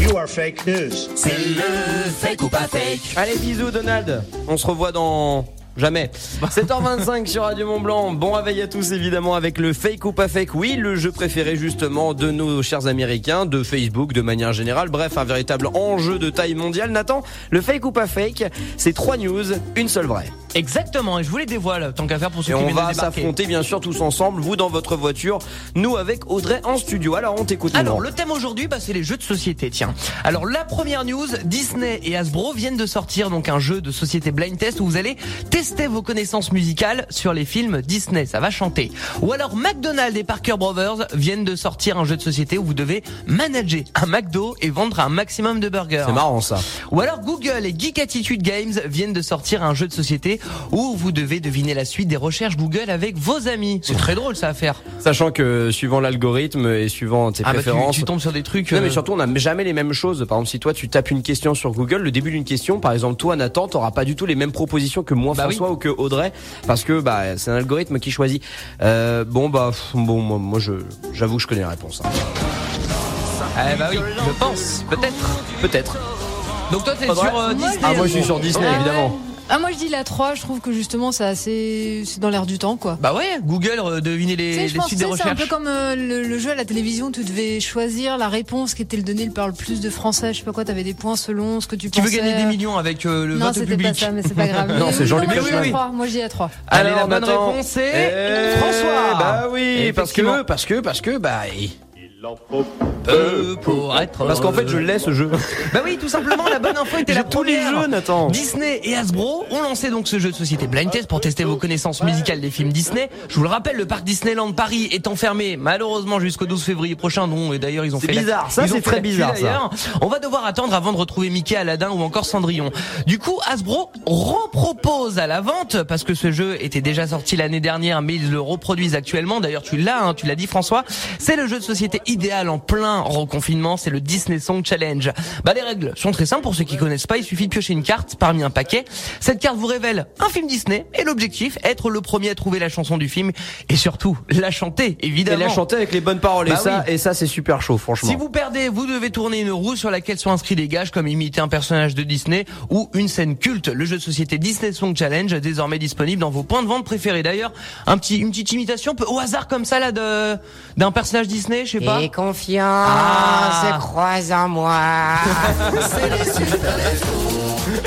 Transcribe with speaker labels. Speaker 1: You are fake news.
Speaker 2: C'est le fake ou pas fake
Speaker 3: Allez, bisous Donald. On se revoit dans jamais. 7h25 sur Radio Mont Blanc. Bon réveil à tous évidemment avec le fake ou pas fake. Oui, le jeu préféré justement de nos chers Américains, de Facebook de manière générale. Bref, un véritable enjeu de taille mondiale. Nathan, le fake ou pas fake, c'est trois news, une seule vraie.
Speaker 2: Exactement, et je vous les dévoile, tant qu'à faire pour ceux qui
Speaker 3: Et on
Speaker 2: viennent de
Speaker 3: va
Speaker 2: débarquer.
Speaker 3: s'affronter bien sûr tous ensemble, vous dans votre voiture, nous avec Audrey en studio. Alors on t'écoute.
Speaker 2: Alors,
Speaker 3: Maman.
Speaker 2: le thème aujourd'hui, bah, c'est les jeux de société, tiens. Alors, la première news, Disney et Hasbro viennent de sortir donc un jeu de société blind test où vous allez tester vos connaissances musicales sur les films Disney, ça va chanter. Ou alors, McDonald's et Parker Brothers viennent de sortir un jeu de société où vous devez manager un McDo et vendre un maximum de burgers.
Speaker 3: C'est marrant ça.
Speaker 2: Ou alors Google et Geek Attitude Games viennent de sortir un jeu de société où vous devez deviner la suite des recherches Google avec vos amis. C'est très drôle ça à faire.
Speaker 3: Sachant que suivant l'algorithme et suivant tes
Speaker 2: Ah bah tu,
Speaker 3: préférences,
Speaker 2: tu tombes sur des trucs.
Speaker 3: Non mais
Speaker 2: euh,
Speaker 3: surtout on n'a jamais les mêmes choses. Par exemple si toi tu tapes une question sur Google, le début d'une question, par exemple toi Nathan, t'auras pas du tout les mêmes propositions que moi
Speaker 2: Bah
Speaker 3: François ou que Audrey parce que bah c'est un algorithme qui choisit. Euh, bon bah pff, bon moi, moi, je j'avoue que je connais la réponse. hein.
Speaker 2: Ah bah oui, je pense, peut-être.
Speaker 3: Peut-être.
Speaker 2: Donc toi t'es
Speaker 3: Audrey
Speaker 2: sur euh,
Speaker 4: Moi,
Speaker 2: Disney.
Speaker 3: Ah moi je suis sur Disney
Speaker 4: Ah ouais.
Speaker 3: évidemment.
Speaker 4: Ah, moi je dis la 3, je trouve que justement c'est assez. C'est dans l'air du temps quoi.
Speaker 2: Bah ouais, Google euh, deviner
Speaker 4: Tu
Speaker 2: les,
Speaker 4: sais, je
Speaker 2: les
Speaker 4: pense
Speaker 2: suites
Speaker 4: que
Speaker 2: des
Speaker 4: c'est c'est un
Speaker 2: recherches.
Speaker 4: peu comme euh, le, le jeu à la télévision où tu devais choisir la réponse qui était le donné, le parle plus de français, je sais pas quoi, t'avais des points selon ce que tu
Speaker 2: Tu veux
Speaker 4: pensais.
Speaker 2: gagner des millions avec euh, le
Speaker 4: Non,
Speaker 2: vote au
Speaker 4: c'était
Speaker 2: public.
Speaker 4: pas ça, mais c'est pas grave.
Speaker 3: Non,
Speaker 4: Mais
Speaker 3: c'est
Speaker 4: oui,
Speaker 3: Jean-Luc
Speaker 4: moi, je dis la
Speaker 3: Lachman.
Speaker 4: 3, Moi je dis la 3.
Speaker 2: Allez, la
Speaker 3: Alors,
Speaker 2: bonne
Speaker 3: Nathan.
Speaker 2: réponse c'est
Speaker 3: Eh,
Speaker 2: François.
Speaker 3: Bah oui, parce que
Speaker 2: Effectivement.
Speaker 3: parce que parce que bah et-
Speaker 2: Peu Euh, pour être
Speaker 3: parce qu'en fait je l'ai ce jeu.
Speaker 2: Bah oui, tout simplement, la bonne info était
Speaker 3: J'ai
Speaker 2: la
Speaker 3: tous les
Speaker 2: première.
Speaker 3: jeux, Nathan.
Speaker 2: Disney et Hasbro ont lancé donc ce jeu de société Blind Test pour tester vos connaissances musicales des films Disney. Je vous le rappelle, le parc Disneyland Paris étant fermé malheureusement jusqu'au 12 février prochain. Non, et d'ailleurs ils ont
Speaker 3: C'est
Speaker 2: fait la-
Speaker 3: bizarre, ça,
Speaker 2: ils ont fait
Speaker 3: c'est très
Speaker 2: la queue,
Speaker 3: bizarre, ça.
Speaker 2: d'ailleurs. On va devoir attendre avant de retrouver Mickey, Aladdin ou encore Cendrillon. Du coup, Hasbro repropose à la vente parce que ce jeu était déjà sorti l'année dernière, mais ils le reproduisent actuellement. D'ailleurs, tu l'as, hein, tu l'as dit François. C'est le jeu de société idéal en plein reconfinement. C'est le Disney Song Challenge. Bah les règles sont très simples pour ceux qui connaissent pas. Il suffit de piocher une carte parmi un paquet. Cette carte vous révèle un film Disney et l'objectif être le premier à trouver la chanson du film et surtout la chanter
Speaker 3: Et
Speaker 2: évidemment.
Speaker 3: la chanter avec les bonnes paroles et
Speaker 2: Bah
Speaker 3: ça et ça c'est super chaud franchement.
Speaker 2: Si vous perdez, vous devez tourner une roue sur laquelle sont inscrits des gages comme imiter un personnage de Disney ou une scène culte. Le jeu de société Disney Song Challenge est désormais disponible dans vos points de vente préférés. D'ailleurs, un petit, une petite imitation peut- au hasard comme ça là de d'un personnage Disney,
Speaker 4: Eh
Speaker 2: je sais pas.
Speaker 5: Et confiance,
Speaker 2: Ah.
Speaker 5: croise en moi.